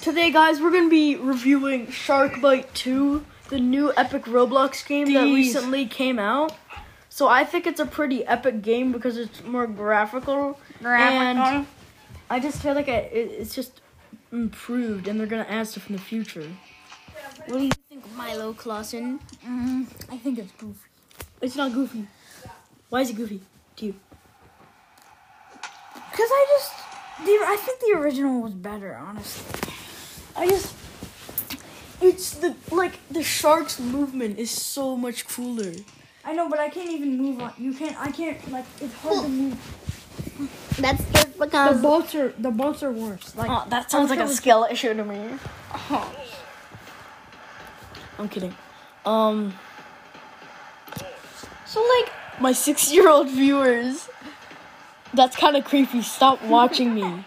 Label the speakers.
Speaker 1: Today, guys, we're gonna be reviewing Shark Bite 2, the new epic Roblox game that
Speaker 2: Jeez.
Speaker 1: recently came out. So I think it's a pretty epic game because it's more graphical. And I just feel like it, it, it's just improved, and they're gonna add stuff in the future.
Speaker 3: What do you think of Milo Clausen?
Speaker 2: Mm, I think it's goofy.
Speaker 1: It's not goofy. Why is it goofy to you?
Speaker 2: Cause I just, the, I think the original was better, honestly.
Speaker 1: I just. It's the like the shark's movement is so much cooler.
Speaker 2: I know, but I can't even move on. You can't. I can't. Like it's hard to move.
Speaker 3: That's just because.
Speaker 2: boats are the boats are worse. Like
Speaker 1: Oh, that sounds like a skill issue to me.
Speaker 2: oh,
Speaker 1: I'm kidding. Um. So like my six-year-old viewers, that's kind of creepy. Stop watching me.